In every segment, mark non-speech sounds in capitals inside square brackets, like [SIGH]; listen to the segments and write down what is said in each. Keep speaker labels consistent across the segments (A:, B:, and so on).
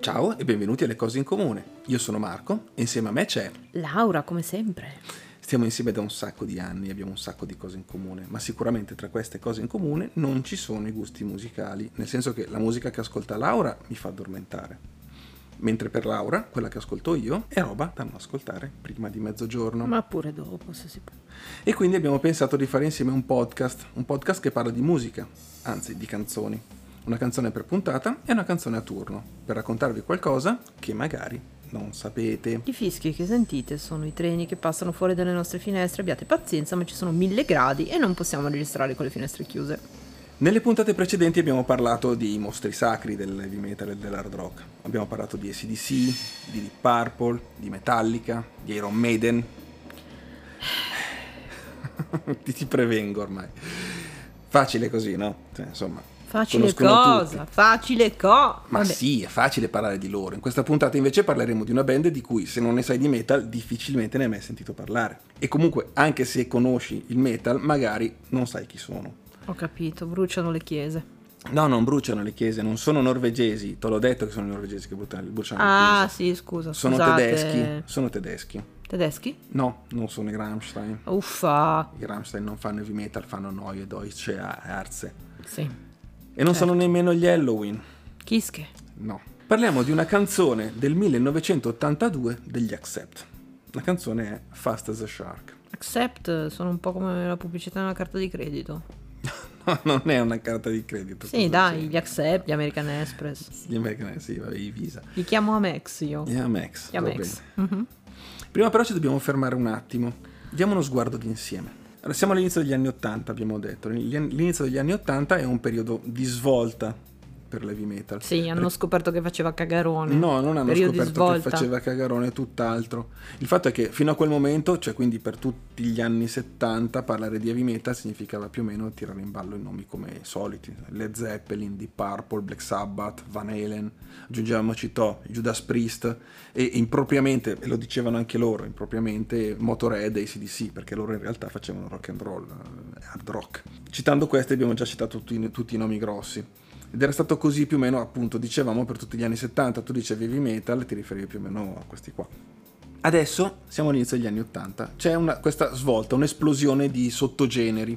A: Ciao e benvenuti alle Cose in Comune. Io sono Marco e insieme a me c'è.
B: Laura, come sempre.
A: Stiamo insieme da un sacco di anni, abbiamo un sacco di cose in comune, ma sicuramente tra queste cose in comune non ci sono i gusti musicali, nel senso che la musica che ascolta Laura mi fa addormentare. Mentre per Laura, quella che ascolto io, è roba da non ascoltare prima di mezzogiorno.
B: Ma pure dopo, se si può.
A: E quindi abbiamo pensato di fare insieme un podcast, un podcast che parla di musica, anzi di canzoni. Una canzone per puntata e una canzone a turno, per raccontarvi qualcosa che magari non sapete.
B: I fischi che sentite sono i treni che passano fuori dalle nostre finestre, abbiate pazienza, ma ci sono mille gradi e non possiamo registrare con le finestre chiuse.
A: Nelle puntate precedenti abbiamo parlato di mostri sacri dell'heavy metal e dell'hard rock. Abbiamo parlato di ACDC, di Deep Purple, di Metallica, di Iron Maiden. [SIGHS] ti, ti prevengo ormai. Facile così, no? Cioè, insomma,
B: Facile
A: Conoscono
B: cosa, facile co.
A: ma
B: Vabbè.
A: sì, è facile parlare di loro. In questa puntata invece parleremo di una band di cui se non ne sai di metal difficilmente ne hai mai sentito parlare. E comunque, anche se conosci il metal, magari non sai chi sono.
B: Ho capito, bruciano le chiese.
A: No, non bruciano le chiese, non sono norvegesi. Te l'ho detto che sono i norvegesi che bruciano bruciano le chiese.
B: Ah, sì, scusa.
A: Sono
B: scusate.
A: tedeschi, sono tedeschi.
B: Tedeschi?
A: No, non sono i Rammstein.
B: Uffa.
A: I Rammstein non fanno heavy metal, fanno Neue Deutsche Arze.
B: Sì.
A: E non
B: Certo.
A: sono nemmeno gli Halloween.
B: Kische.
A: No. Parliamo di una canzone del 1982 degli Accept. La canzone è Fast as a Shark. [LAUGHS]
B: Accept sono un po' come la pubblicità di una carta di credito.
A: No, non è una carta di credito.
B: Sì,
A: cosa
B: dai,
A: c'entra?
B: gli accept, gli American Express.
A: Gli American, sì, vabbè, i Visa.
B: Li chiamo Amex io.
A: Gli Amex.
B: Gli
A: Eh, va
B: Amex.
A: bene.
B: Mhm.
A: Prima però ci dobbiamo fermare un attimo. Diamo uno sguardo d'insieme. Allora, siamo all'inizio degli anni 80, abbiamo detto. Gli an- L'inizio degli anni 80 è un periodo di svolta per l'heavy metal.
B: Sì, hanno
A: Perché-
B: scoperto che faceva cagarone.
A: No, non hanno
B: Periodo di
A: scoperto che
B: svolta.
A: faceva cagarone, tutt'altro. Il fatto è che fino a quel momento, cioè quindi per tutti gli anni 70, parlare di heavy metal significava più o meno tirare in ballo i nomi come i soliti, Led Zeppelin, Deep Purple, Black Sabbath, Van Halen, aggiungiamoci To, Judas Priest e impropriamente, e lo dicevano anche loro, impropriamente Motorhead e ACDC, perché loro in realtà facevano rock and roll, eh, hard rock. Citando queste abbiamo già citato tutti- tutti i nomi grossi. Ed era stato così più o meno, appunto, dicevamo per tutti gli anni 70, tu dicevi heavy metal, ti riferivi più o meno a questi qua. Adesso siamo all'inizio degli anni 80, c'è una- questa svolta, un'esplosione di sottogeneri.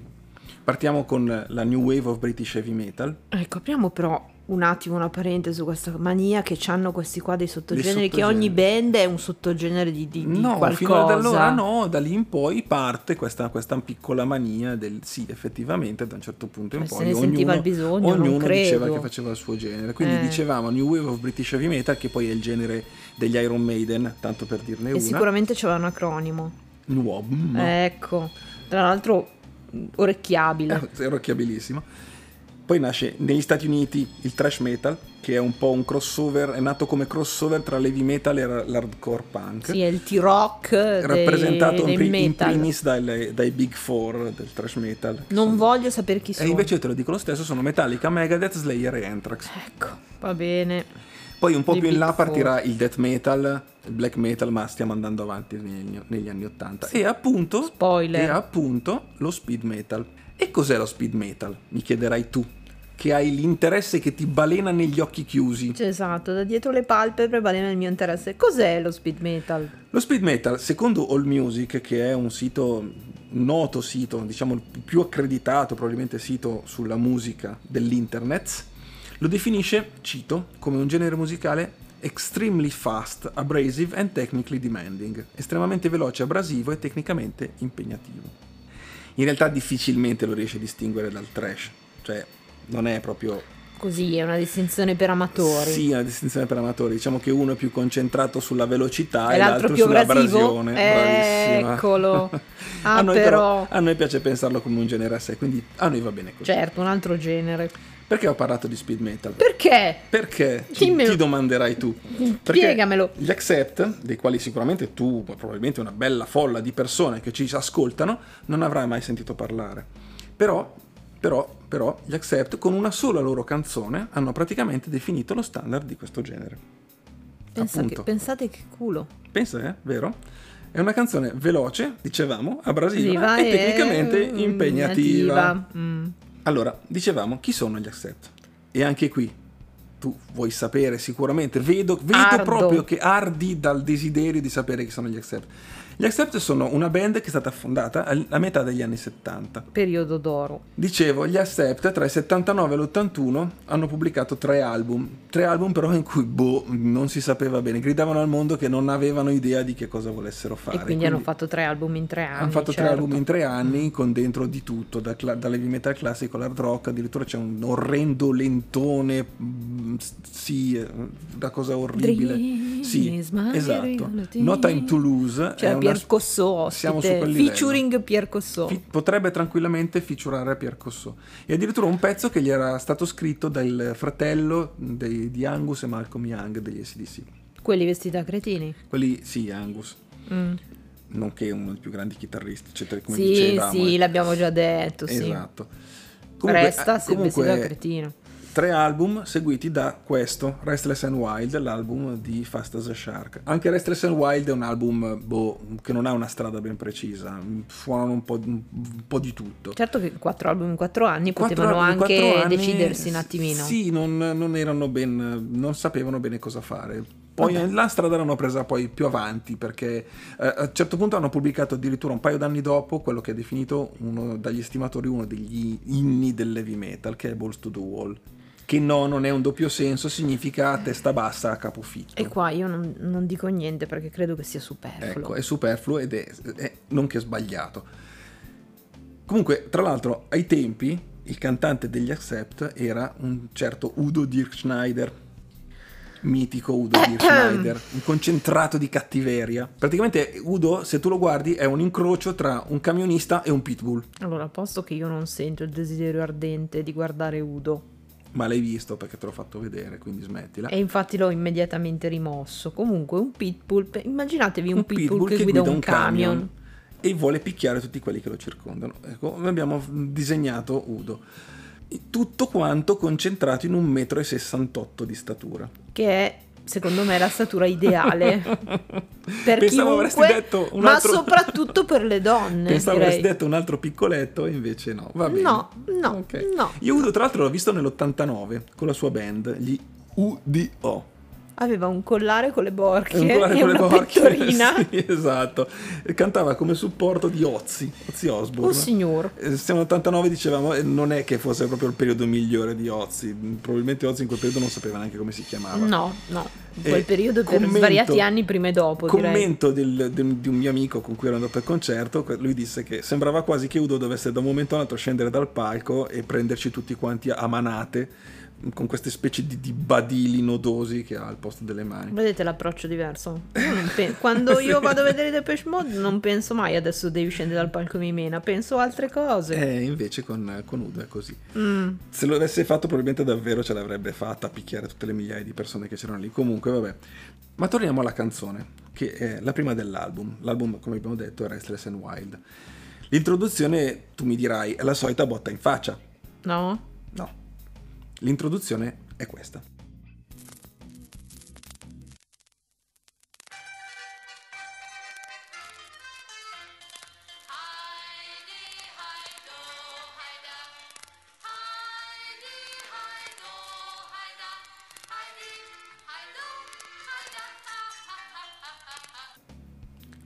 A: Partiamo con la New Wave of British Heavy Metal.
B: Ecco, apriamo però un attimo una parentesi su questa mania che hanno questi qua dei sottogeneri, che
A: sottogeneri.
B: ogni band è un sottogenere di, di, di
A: no,
B: qualcosa.
A: fino ad allora no, da lì in poi parte questa, questa piccola mania del sì, effettivamente da un certo punto in
B: Cioè,
A: poi
B: se ne sentiva il bisogno, non
A: ognuno diceva
B: credo.
A: che faceva il suo genere. Quindi
B: Eh.
A: dicevamo New Wave of British Heavy Metal, che poi è il genere degli Iron Maiden, tanto per dirne
B: E
A: una.
B: sicuramente c'era un acronimo.
A: Nuom.
B: Ecco, tra l'altro mh,
A: [LAUGHS]
B: orecchiabile.
A: Eh, Era occhiabilissimo. Poi nasce negli Stati Uniti il thrash metal, che è un po' un crossover, è nato come crossover tra l'heavy metal e ra- l'hardcore punk.
B: Sì, è il T-Rock dei-
A: rappresentato
B: dei
A: in, pri- in
B: metal.
A: primis dai, dai big four del thrash metal. che
B: Non
A: sono-
B: voglio sapere chi
A: E
B: sono.
A: invece te lo dico lo stesso, sono Metallica, Megadeth, Slayer e Anthrax.
B: Ecco, va bene.
A: Poi un po'
B: I
A: più in
B: Big
A: là
B: Four.
A: partirà il death metal, il black metal, ma stiamo andando avanti negli, negli anni 80. E appunto...
B: Spoiler.
A: E appunto lo speed metal. E cos'è lo speed metal? Mi chiederai tu, che hai l'interesse che ti balena negli occhi chiusi.
B: Cioè, Esatto, da dietro le palpebre vale nel mio interesse. Cos'è lo speed metal?
A: Lo speed metal, secondo AllMusic, che è un sito, un noto sito, diciamo il più accreditato probabilmente sito sulla musica dell'internet, lo definisce, cito, come un genere musicale extremely fast, abrasive and technically demanding, estremamente veloce, abrasivo e tecnicamente impegnativo. In realtà difficilmente lo riesce a distinguere dal trash, cioè non è proprio
B: Così è una distinzione per amatori.
A: sì, una distinzione per amatori. Diciamo che uno è più concentrato sulla velocità
B: E
A: e
B: l'altro
A: l'altro,
B: più
A: sulla
B: abrasivo? Eh,
A: abrasione. Bravissima.
B: Eccolo. Ah,
A: [LAUGHS] a noi
B: però-
A: A noi piace pensarlo come un genere a sé, quindi a noi va bene così.
B: Certo, un altro genere.
A: Perché ho parlato di speed metal?
B: Perché?
A: Perché ti,
B: Dimmelo.
A: ti domanderai tu? Perché
B: Spiegamelo.
A: Gli accept, dei quali sicuramente tu, ma probabilmente una bella folla di persone che ci ascoltano, non avrai mai sentito parlare. Però, però, però, gli accept con una sola loro canzone hanno praticamente definito lo standard di questo genere.
B: Pensa
A: Appunto.
B: che, pensate che culo.
A: Pensa, eh? Vero? È una canzone veloce, dicevamo, abrasiva
B: Viva
A: e tecnicamente
B: mm,
A: impegnativa.
B: Mm.
A: Allora, dicevamo, chi sono gli accept? E anche qui, tu vuoi sapere sicuramente, vedo, vedo
B: Ardo.
A: proprio che ardi dal desiderio di sapere chi sono gli Accept. Gli Accept sono una band che è stata fondata al- a metà degli anni 70.
B: Periodo d'oro.
A: Dicevo, gli Accept tra il 79 e l'81 hanno pubblicato tre album, tre album però in cui boh, non si sapeva bene, gridavano al mondo che non avevano idea di che cosa volessero fare.
B: e quindi, hanno fatto tre album in tre anni.
A: Hanno fatto tre
B: certo.
A: album in tre anni con dentro di tutto, da cla- dall'heavy metal classico all'hard rock, addirittura c'è un orrendo lentone, mm, s- sì, eh, una cosa orribile.
B: Dreams,
A: sì,
B: my
A: esatto.
B: reality.
A: No Time to Lose.
B: Cioè
A: è una-
B: Pier Cosso ospite,
A: Siamo su quel livello.
B: featuring Pier Cosso.
A: Fi- potrebbe tranquillamente ficciurare a Pier Cossò. E addirittura un pezzo che gli era stato scritto dal fratello dei- di Angus e Malcolm Young degli SDC.
B: Quelli vestiti da cretini.
A: Quelli, sì, Angus,
B: Mm.
A: nonché uno dei più grandi chitarristi, eccetera, come
B: Sì,
A: dicevamo.
B: sì,
A: eh.
B: l'abbiamo già detto, sì.
A: Esatto.
B: Resta
A: eh,
B: se vestito da cretino.
A: tre album seguiti da questo, Restless and Wild, l'album di Fast as a Shark. Anche Restless and Wild è un album boh, che non ha una strada ben precisa, suonano un po', di- un po' di tutto.
B: Certo che quattro album in quattro anni potevano
A: Quattro-
B: anche
A: quattro anni,
B: decidersi un attimino.
A: Sì, non, non erano ben, non sapevano bene cosa fare. Poi
B: Vabbè.
A: la strada l'hanno presa poi più avanti perché eh, a un certo punto hanno pubblicato addirittura un paio d'anni dopo quello che è definito uno dagli estimatori uno degli inni dell'heavy metal che è Balls to the Wall. Che no, non è un doppio senso, significa testa bassa a capofitto.
B: E qua io non, non dico niente perché credo che sia superfluo.
A: Ecco, è superfluo ed è, è nonché sbagliato. Comunque, tra l'altro, ai tempi il cantante degli Accept era un certo Udo Dirk Schneider. Mitico Udo Dirk Schneider, un concentrato di cattiveria. Praticamente Udo, se tu lo guardi, è un incrocio tra un camionista e un pitbull.
B: Allora, posto che io non sento il desiderio ardente di guardare Udo,
A: Ma l'hai visto perché te l'ho fatto vedere, quindi smettila.
B: e infatti l'ho immediatamente rimosso. Comunque, un pitbull, pe- immaginatevi un, pitbull, che, guida, un camion.
A: e vuole picchiare tutti quelli che lo circondano. Ecco, abbiamo disegnato Udo. Tutto quanto concentrato in 1,68 m di statura.
B: che è secondo me la
A: [LAUGHS]
B: statura ideale per
A: Pensavo avresti
B: chiunque,
A: detto un
B: ma
A: altro- [LAUGHS]
B: soprattutto per le donne.
A: Pensavo avresti
B: direi.
A: detto un altro piccoletto, e invece no. Va bene.
B: No, no,
A: Ok.
B: no.
A: Io Udo, tra l'altro, l'ho visto nell'89 con la sua band, gli UDO.
B: Aveva un collare con le borchie
A: un collare
B: e
A: con le
B: una
A: borchie,
B: pettorina.
A: [LAUGHS] sì, esatto. E Cantava come supporto di Ozzy, Ozzy Osbourne.
B: Un signor.
A: Eh, Siamo all'89 dicevamo, eh, non è che fosse proprio il periodo migliore di Ozzy, probabilmente Ozzy in quel periodo non sapeva neanche come si chiamava.
B: No, no, in
A: Eh,
B: quel periodo per
A: Ah, commento-
B: svariati anni prima e dopo direi.
A: Commento del- del- di un mio amico con cui ero andato al concerto, que- lui disse che sembrava quasi che Udo dovesse da un momento all'altro scendere dal palco e prenderci tutti quanti a manate mh, con queste specie di, di badili nodosi che ha al posto delle mani.
B: Vedete l'approccio diverso? Io non
A: [LAUGHS]
B: pe- Quando io vado a vedere i Depeche Mode non penso mai adesso devi scendere dal palco e mi mena, penso altre cose.
A: E invece con, con Udo è così.
B: Mm.
A: Se lo avesse fatto, probabilmente davvero ce l'avrebbe fatta a picchiare tutte le migliaia di persone che c'erano lì. Comunque, vabbè. Ma torniamo alla canzone, che è la prima dell'album. L'album, come abbiamo detto, è Restless and Wild. L'introduzione, tu mi dirai, è la solita botta in faccia.
B: No?
A: No. L'introduzione è questa.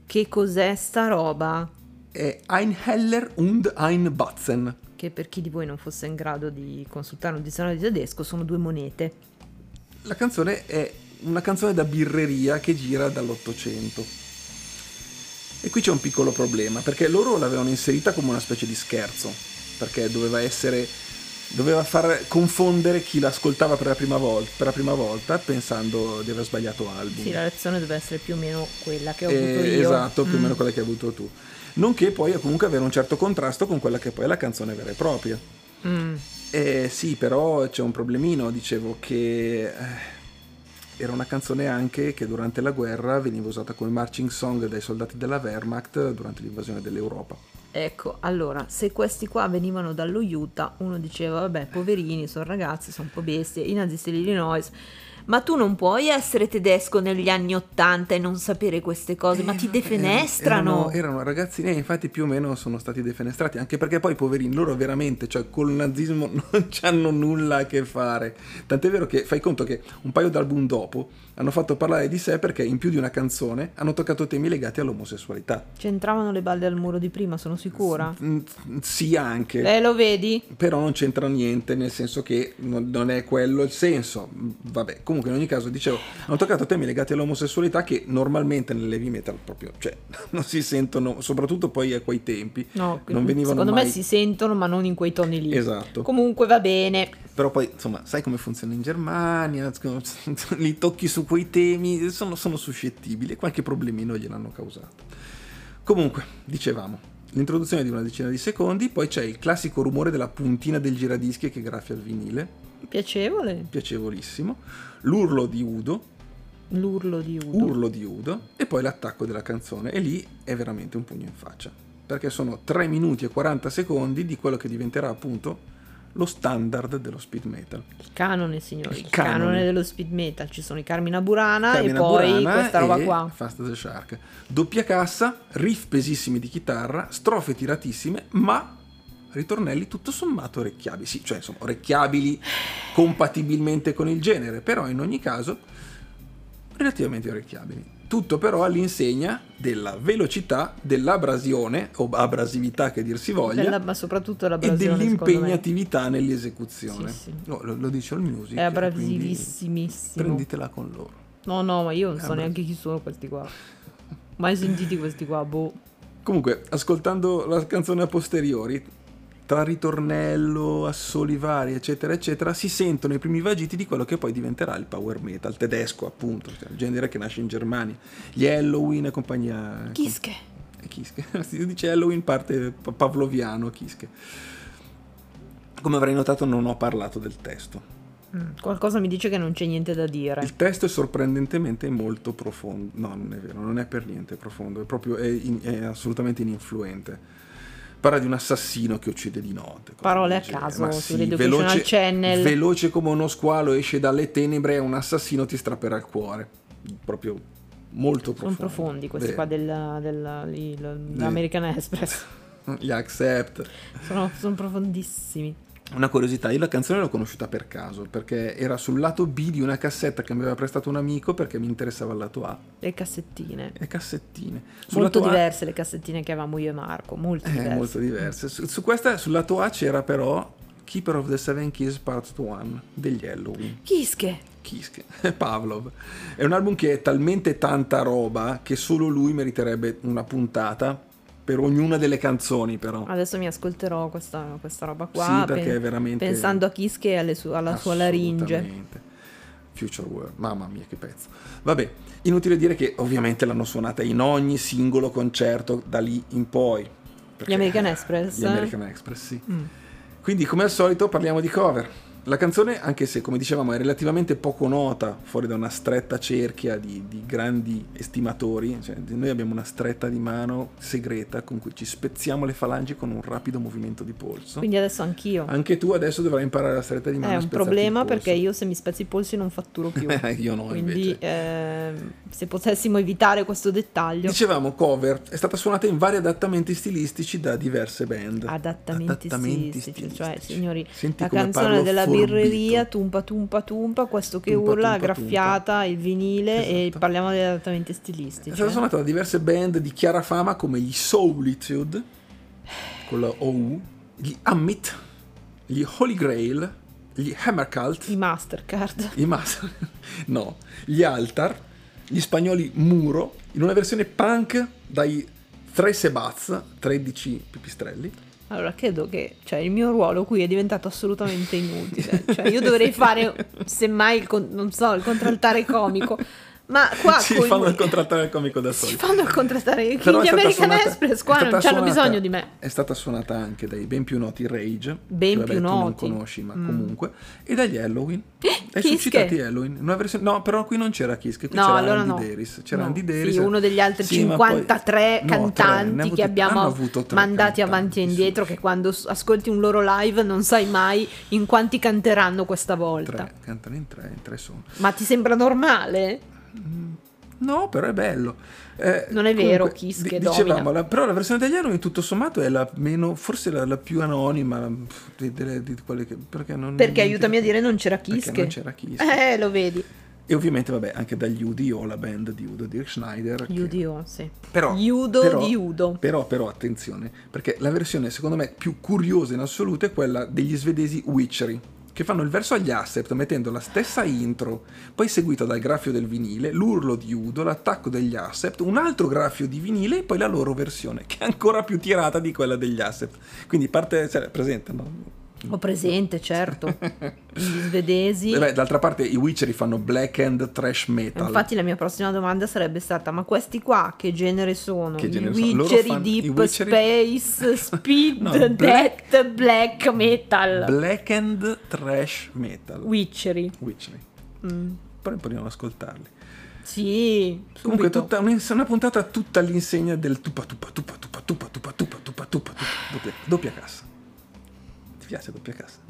B: Che cos'è sta roba?
A: È Ein Heller und ein Batzen.
B: che per chi di voi non fosse in grado di consultare un dizionario di tedesco sono due monete.
A: La canzone è una canzone da birreria che gira dall'Ottocento. E qui c'è un piccolo problema, perché loro l'avevano inserita come una specie di scherzo, perché doveva essere doveva far confondere chi l'ascoltava per la prima volta, per la prima volta pensando di aver sbagliato album.
B: Sì, la lezione deve essere più o meno quella che ho
A: Eh,
B: avuto io.
A: Esatto, più o
B: Mm.
A: meno quella che hai avuto tu. Nonché poi comunque avere un certo contrasto con quella che poi è la canzone vera e propria.
B: Mm.
A: Eh, sì, però c'è un problemino, dicevo che eh, era una canzone anche che durante la guerra veniva usata come marching song dai soldati della Wehrmacht durante l'invasione dell'Europa.
B: Ecco, allora, se questi qua venivano dallo Utah, uno diceva, vabbè, poverini, sono ragazzi, sono un po' bestie, i nazisti dell'Illinois
C: Ma tu non puoi essere tedesco negli anni Ottanta e non sapere queste cose, ma
B: Eh,
C: ti defenestrano.
A: Erano, er-, erano ragazzini e infatti più o meno sono stati defenestrati, anche perché poi poverini, loro veramente, cioè col nazismo [LAUGHS] non c'hanno nulla a che fare. Tant'è vero che fai conto che un paio d'album dopo hanno fatto parlare di sé perché in più di una canzone hanno toccato temi legati all'omosessualità.
B: C'entravano le balle al muro di prima, sono
C: Ah.
B: sicura.
A: Mm, Sì, anche.
B: Eh, lo vedi?
A: Però non c'entra niente, nel senso che non, non è quello il senso. Vabbè, comunque in ogni caso dicevo, hanno toccato temi legati all'omosessualità che normalmente nell'heavy metal proprio, cioè, [LAUGHS] non si sentono, soprattutto poi a quei tempi.
B: No,
A: Non venivano
B: secondo
A: mai-
B: me si sentono, ma non in quei toni lì.
A: Esatto.
B: Comunque va bene.
A: Però poi, insomma, sai come funziona in Germania, [LAUGHS] li tocchi su quei temi, sono, sono suscettibili, qualche problemino gliel'hanno causato. Comunque, dicevamo, l'introduzione di una decina di secondi, poi c'è il classico rumore della puntina del giradischi che graffia il vinile,
B: Piacevole.
A: piacevolissimo, l'urlo di Udo,
B: L'urlo di Udo.
A: urlo di Udo e poi l'attacco della canzone e lì è veramente un pugno in faccia perché sono 3 minuti e 40 secondi di quello che diventerà appunto lo standard dello speed metal
B: Il canone, signori.
A: Il
B: Il canone.
A: canone.
B: dello speed metal. Ci sono i Carmina Burana
A: Carmina
B: Ah, e poi
A: Burana
B: questa roba
A: e
B: qua.
A: Fast as a Shark doppia cassa riff pesissimi di chitarra strofe tiratissime ma ritornelli tutto sommato orecchiabili sì cioè insomma orecchiabili compatibilmente con il genere però in ogni caso relativamente orecchiabili. Tutto però all'insegna della velocità, dell'abrasione o abrasività che dir si voglia
B: Della- ma soprattutto la
A: e
B: brasione, secondo me.
A: dell'impegnativa nell'esecuzione.
B: Sì, sì.
A: No, lo, lo dice il music. cioè,
B: È
A: quindi
B: abrasivissimissimo.
A: Prenditela con loro.
B: No, no, ma io non so
A: Abra-
B: neanche chi sono questi qua. Mai sentiti questi qua, boh.
A: Comunque, ascoltando la canzone a posteriori, tra ritornello, assoli vari, eccetera, eccetera, si sentono i primi vagiti di quello che poi diventerà il power metal tedesco, appunto, cioè il genere che nasce in Germania. Gli Halloween e compagnia.
C: Kiske.
A: E Kiske. [LAUGHS] Si dice Halloween parte pa- pavloviano Kiske. Come avrai notato non ho parlato del testo.
B: Mm, Qualcosa mi dice che non c'è niente da dire.
A: Il testo è sorprendentemente molto profondo. No, non è vero, non è per niente profondo, è proprio è in- è assolutamente ininfluente. Parla di un assassino che uccide di notte. cose
B: Parole
A: del
B: a
A: genere.
B: caso
A: Ma
B: su
A: sì,
B: Educational
A: veloce-
B: Channel.
A: Veloce come uno squalo esce dalle tenebre, un assassino ti strapperà il cuore. Proprio molto profondo.
B: Sono profondi questi
A: Beh,
B: qua del- del- lì, l- dell'American Express. [LAUGHS]
A: Gli accept.
B: Sono, sono profondissimi.
A: Una curiosità, io la canzone l'ho conosciuta per caso, perché era sul lato B di una cassetta che mi aveva prestato un amico perché mi interessava il lato A.
B: Le cassettine.
A: E cassettine. Sul
B: molto
A: lato A-
B: diverse le cassettine che avevamo io e Marco. Molto
A: eh,
B: diverse.
A: molto diverse. Su, su questa, sul lato A c'era però Keeper of the Seven Keys Part 1 degli Halloween.
C: Kiske.
A: Kiske, [LAUGHS] Pavlov. È un album che è talmente tanta roba che solo lui meriterebbe una puntata per ognuna delle canzoni però.
B: Adesso mi ascolterò questa, questa roba qua.
A: sì, perché
B: Ah, pen-
A: è veramente...
B: Pensando a Kiske e alle sue- alla sua laringe.
A: Assolutamente. Future World, mamma mia che pezzo. Vabbè, inutile dire che ovviamente l'hanno suonata in ogni singolo concerto da lì in poi. Perché-
B: Gli American Express?
A: Gli American Express, sì.
B: Mm.
A: Quindi come al solito parliamo di cover. La canzone, anche se come dicevamo è relativamente poco nota, fuori da una stretta cerchia di, di grandi estimatori, cioè, noi abbiamo una stretta di mano segreta con cui ci spezziamo le falangi con un rapido movimento di polso.
B: Quindi adesso anch'io.
A: Esatto. Anche tu adesso dovrai imparare la stretta di mano.
B: è
A: a
B: un
A: spezzarti
B: problema
A: il polso. Eh,
B: perché
A: [LAUGHS]
B: io se mi spezzo i polsi non fatturo più.
A: io no,
B: Quindi
A: invece.
B: ehm, se potessimo evitare questo dettaglio.
A: Dicevamo cover, è stata suonata in vari adattamenti stilistici da diverse band.
B: adattamenti,
A: Adattamenti
B: stilistici, cioè signori
A: Senti
B: la
A: come
B: canzone
A: parlo
B: della
A: forbito.
B: birreria tumpa tumpa tumpa questo che
A: Tumpa,
B: urla la
A: tumpa,
B: graffiata il vinile e
A: Esatto.
B: parliamo degli adattamenti
A: È
B: stilistici
A: stata
B: eh.
A: suonata da diverse band di chiara fama come gli Soulitude, con la OU, gli Amit, gli Holy Grail, gli Hammer Cult,
B: eh. i mastercard [LAUGHS]
A: I Mas- [LAUGHS] no, gli Altar, gli spagnoli Muro, in una versione punk dai Tre Sebaz, 13 pipistrelli.
B: allora credo che cioè, il mio ruolo qui è
A: [LAUGHS]
B: diventato assolutamente inutile cioè io dovrei fare semmai il, con- non so il contraltare comico Ma
A: [LAUGHS]
B: qua
A: Ci
B: coi- [LAUGHS]
A: fanno contrattare il comico da
B: Ci
A: soli.
B: fanno contrattare
A: Però è
B: gli
A: stata
B: American
A: suonata-
B: Express
A: è
B: qua,
A: stata
B: non hanno
A: suonata-
B: bisogno di me.
A: È stata suonata anche dai ben più noti Rage,
B: Ben
A: che vabbè, tu
B: più
A: non
B: noti.
A: conosci, ma
B: Mm. Eh,
A: comunque, e dagli Halloween. Hai
B: Kiske.
A: suscitati Halloween? Una versione- no, però qui non c'era Kiss, qui
B: No,
A: c'era
B: allora
A: Andy
B: no.
A: Daris. C'era
B: No.
A: Andy Daris.
B: Sì, uno degli altri
A: Sì, ma poi-
B: 53
A: no, tre, ne ha
B: cantanti
A: avuti-
B: che abbiamo
A: hanno avuto tre
B: mandati
A: cantanti,
B: avanti e
A: sì.
B: indietro, che quando s- ascolti un loro live non sai mai in quanti canteranno questa volta.
A: Tre, cantano in tre, in tre sono.
B: Ma ti sembra normale?
A: No, però è bello. Eh,
B: Non è vero,
A: comunque,
B: Kiss
A: di-
B: che
A: dicevamo,
B: domina.
A: la- però la versione degli Halloween tutto sommato è la meno, forse la, la più anonima la- di, delle- di quelle che... Perché, non,
B: Perché
A: non
B: aiutami
A: ti-
B: a dire non c'era
A: perché
B: Kiske.
A: non c'era Kiss.
B: Eh, lo vedi.
A: E ovviamente, vabbè, anche dagli UDO, la band di Udo Dirk Schneider. che-
B: Udo, sì.
A: Però,
B: Udo
A: però-
B: di Udo.
A: Però, però, attenzione, perché la versione secondo me più curiosa in assoluto è quella degli svedesi Witchery, che fanno il verso agli Accept mettendo la stessa intro, poi seguita dal graffio del vinile, l'urlo di Udo, l'attacco degli Accept, un altro graffio di vinile e poi la loro versione, che è ancora più tirata di quella degli Accept. Quindi parte, cioè, presente, no?
B: Ho presente,
A: [LAUGHS]
B: certo. Gli svedesi.
A: Eh beh, d'altra parte i Witchery fanno black and trash metal.
B: Infatti la mia prossima domanda sarebbe stata ma questi qua che genere sono?
A: Che
B: I
A: genere sono? Loro
B: Witchery,
A: fanno-
B: Deep
A: i Witchery- [LAUGHS]
B: Space, Speed,
A: No, black-
B: Death, Black Metal.
A: Black and trash metal.
B: Witchery.
A: Witchery.
B: Mm,
A: Però impariamo ad ascoltarli.
B: Sì,
A: Comunque è
B: subito.
A: tutta un- una puntata tutta all'insegna del tupa tupa tupa tupa tupa tupa tupa tupa tupa tupa doppia, doppia cassa. Ti piace doppia cassa?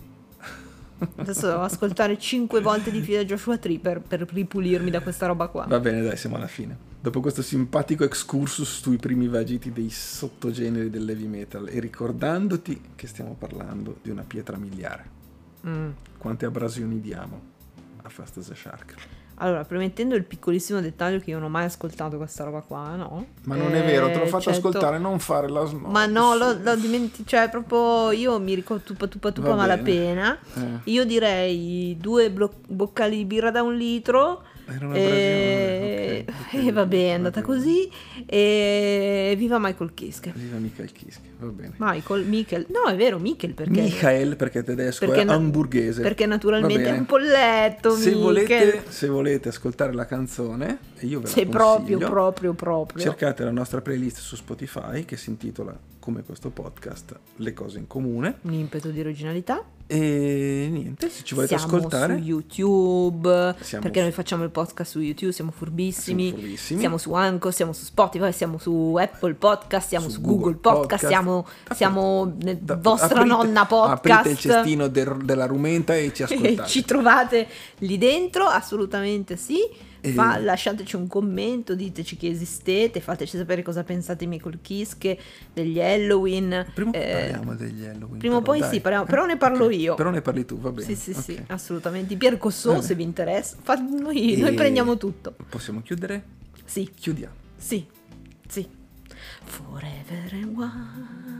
B: Adesso devo ascoltare 5 volte di fila Joshua Tree per, per ripulirmi da questa roba qua.
A: Va bene, dai, siamo alla fine. Dopo questo simpatico excursus sui primi vagiti dei sottogeneri del heavy metal e ricordandoti che stiamo parlando di una pietra miliare.
B: Mm.
A: Quante abrasioni diamo a Fast as a Shark?
B: Allora, premettendo il piccolissimo dettaglio che io non ho mai ascoltato questa roba qua, no?
A: Ma non è vero, te l'ho
B: Eh,
A: fatto
B: certo.
A: ascoltare, non fare la snob.
B: Ma no,
A: su.
B: l'ho, l'ho dimenticato, cioè proprio io mi ricordo tupa tupa tupa
A: Va
B: malapena.
A: bene. Eh.
B: Io direi due blo- boccali di birra da un litro.
A: Era una
B: E,
A: abrasione, ok,
B: [LAUGHS] e
A: ok,
B: va bene, è andata
A: bene.
B: così. E viva Michael Kiske.
A: Viva Michael Kiske, va bene.
B: Michael, Michel. No, è vero, Michel perché...
A: Michael perché è tedesco,
B: Perché
A: è
B: na-
A: hamburghese.
B: perché
A: Va
B: naturalmente
A: bene.
B: è un polletto,
A: Se
B: Michel.
A: volete, se volete ascoltare la canzone, e io ve la
B: Se proprio,
A: consiglio,
B: proprio, proprio.
A: cercate la nostra playlist su Spotify che si intitola come questo podcast Le cose in comune
B: Un impeto di originalità.
A: e niente, se ci volete
B: siamo
A: ascoltare
B: su YouTube
A: Siamo
B: perché
A: su-
B: noi facciamo il podcast su YouTube, siamo furbissimi.
A: Siamo furbissimi.
B: Siamo su Anco, siamo su Spotify, siamo su Apple Podcast, siamo
A: Su
B: su, Google,
A: Google
B: podcast,
A: Podcast.
B: siamo,
A: Aprite-
B: siamo nel
A: da-
B: vostra
A: aprite-
B: nonna podcast.
A: Aprite il cestino del- della rumenta e ci
B: [LAUGHS] E
A: ascoltate.
B: ci trovate lì dentro, assolutamente sì.
A: E-
B: Fa- lasciateci un commento, diteci che esistete, fateci sapere cosa pensate di Michael Kiske, degli Halloween.
A: Prima o poi
B: eh,
A: parliamo degli Halloween.
B: prima o
A: però,
B: poi
A: dai.
B: sì, parliamo- però ne parlo
A: [LAUGHS] Ok,
B: io.
A: Però ne parli tu, va bene.
B: Sì, sì, sì,
A: ok.
B: assolutamente. Pier Cossò,
A: Vabbè.
B: se vi interessa, fa- noi,
A: E-
B: noi prendiamo tutto.
A: Possiamo chiudere?
B: Sì,
A: Chiudiamo.
B: sì, sì. Forever and one.